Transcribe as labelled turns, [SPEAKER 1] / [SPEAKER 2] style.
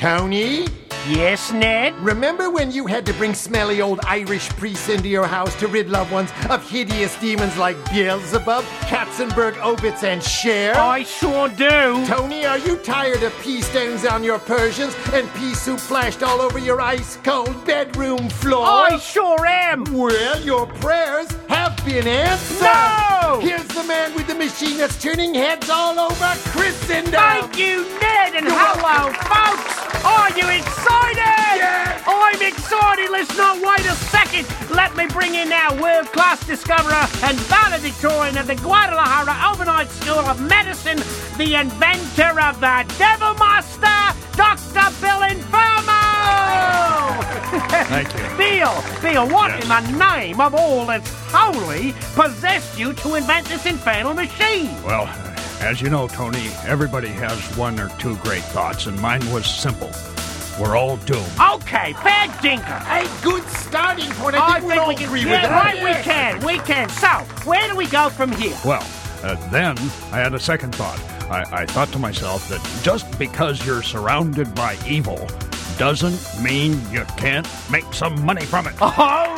[SPEAKER 1] Tony?
[SPEAKER 2] Yes, Ned?
[SPEAKER 1] Remember when you had to bring smelly old Irish priests into your house to rid loved ones of hideous demons like Beelzebub, Katzenberg, Obitz, and Cher?
[SPEAKER 2] Oh, I sure do.
[SPEAKER 1] Tony, are you tired of pea stains on your Persians and pea soup splashed all over your ice cold bedroom floor?
[SPEAKER 2] Oh, I sure am.
[SPEAKER 1] Well, your prayers have been answered.
[SPEAKER 2] No!
[SPEAKER 1] Here's the man with the machine that's turning heads all over Christendom.
[SPEAKER 2] Thank you, Ned, and hello, folks. Are you excited?
[SPEAKER 1] Yes.
[SPEAKER 2] I'm excited. Let's not wait a second. Let me bring in our world-class discoverer and valedictorian of the Guadalajara Overnight School of Medicine, the inventor of the Devil Master, Dr. Bill Infermo.
[SPEAKER 3] Thank you.
[SPEAKER 2] Bill, Bill, what
[SPEAKER 3] Yes.
[SPEAKER 2] in the name of all that's holy possessed you to invent this infernal machine?
[SPEAKER 3] Well, as you know, Tony, everybody has one or two great thoughts, and mine was simple. We're all doomed.
[SPEAKER 2] Okay, fair dinkum.
[SPEAKER 1] A good starting point. I
[SPEAKER 2] Oh, I
[SPEAKER 1] think we all agree
[SPEAKER 2] yeah,
[SPEAKER 1] with that.
[SPEAKER 2] right, we can, we can. So, where do we go from here?
[SPEAKER 3] Well, uh, then I had a second thought. I, I thought to myself that just because you're surrounded by evil doesn't mean you can't make some money from it.
[SPEAKER 2] Oh,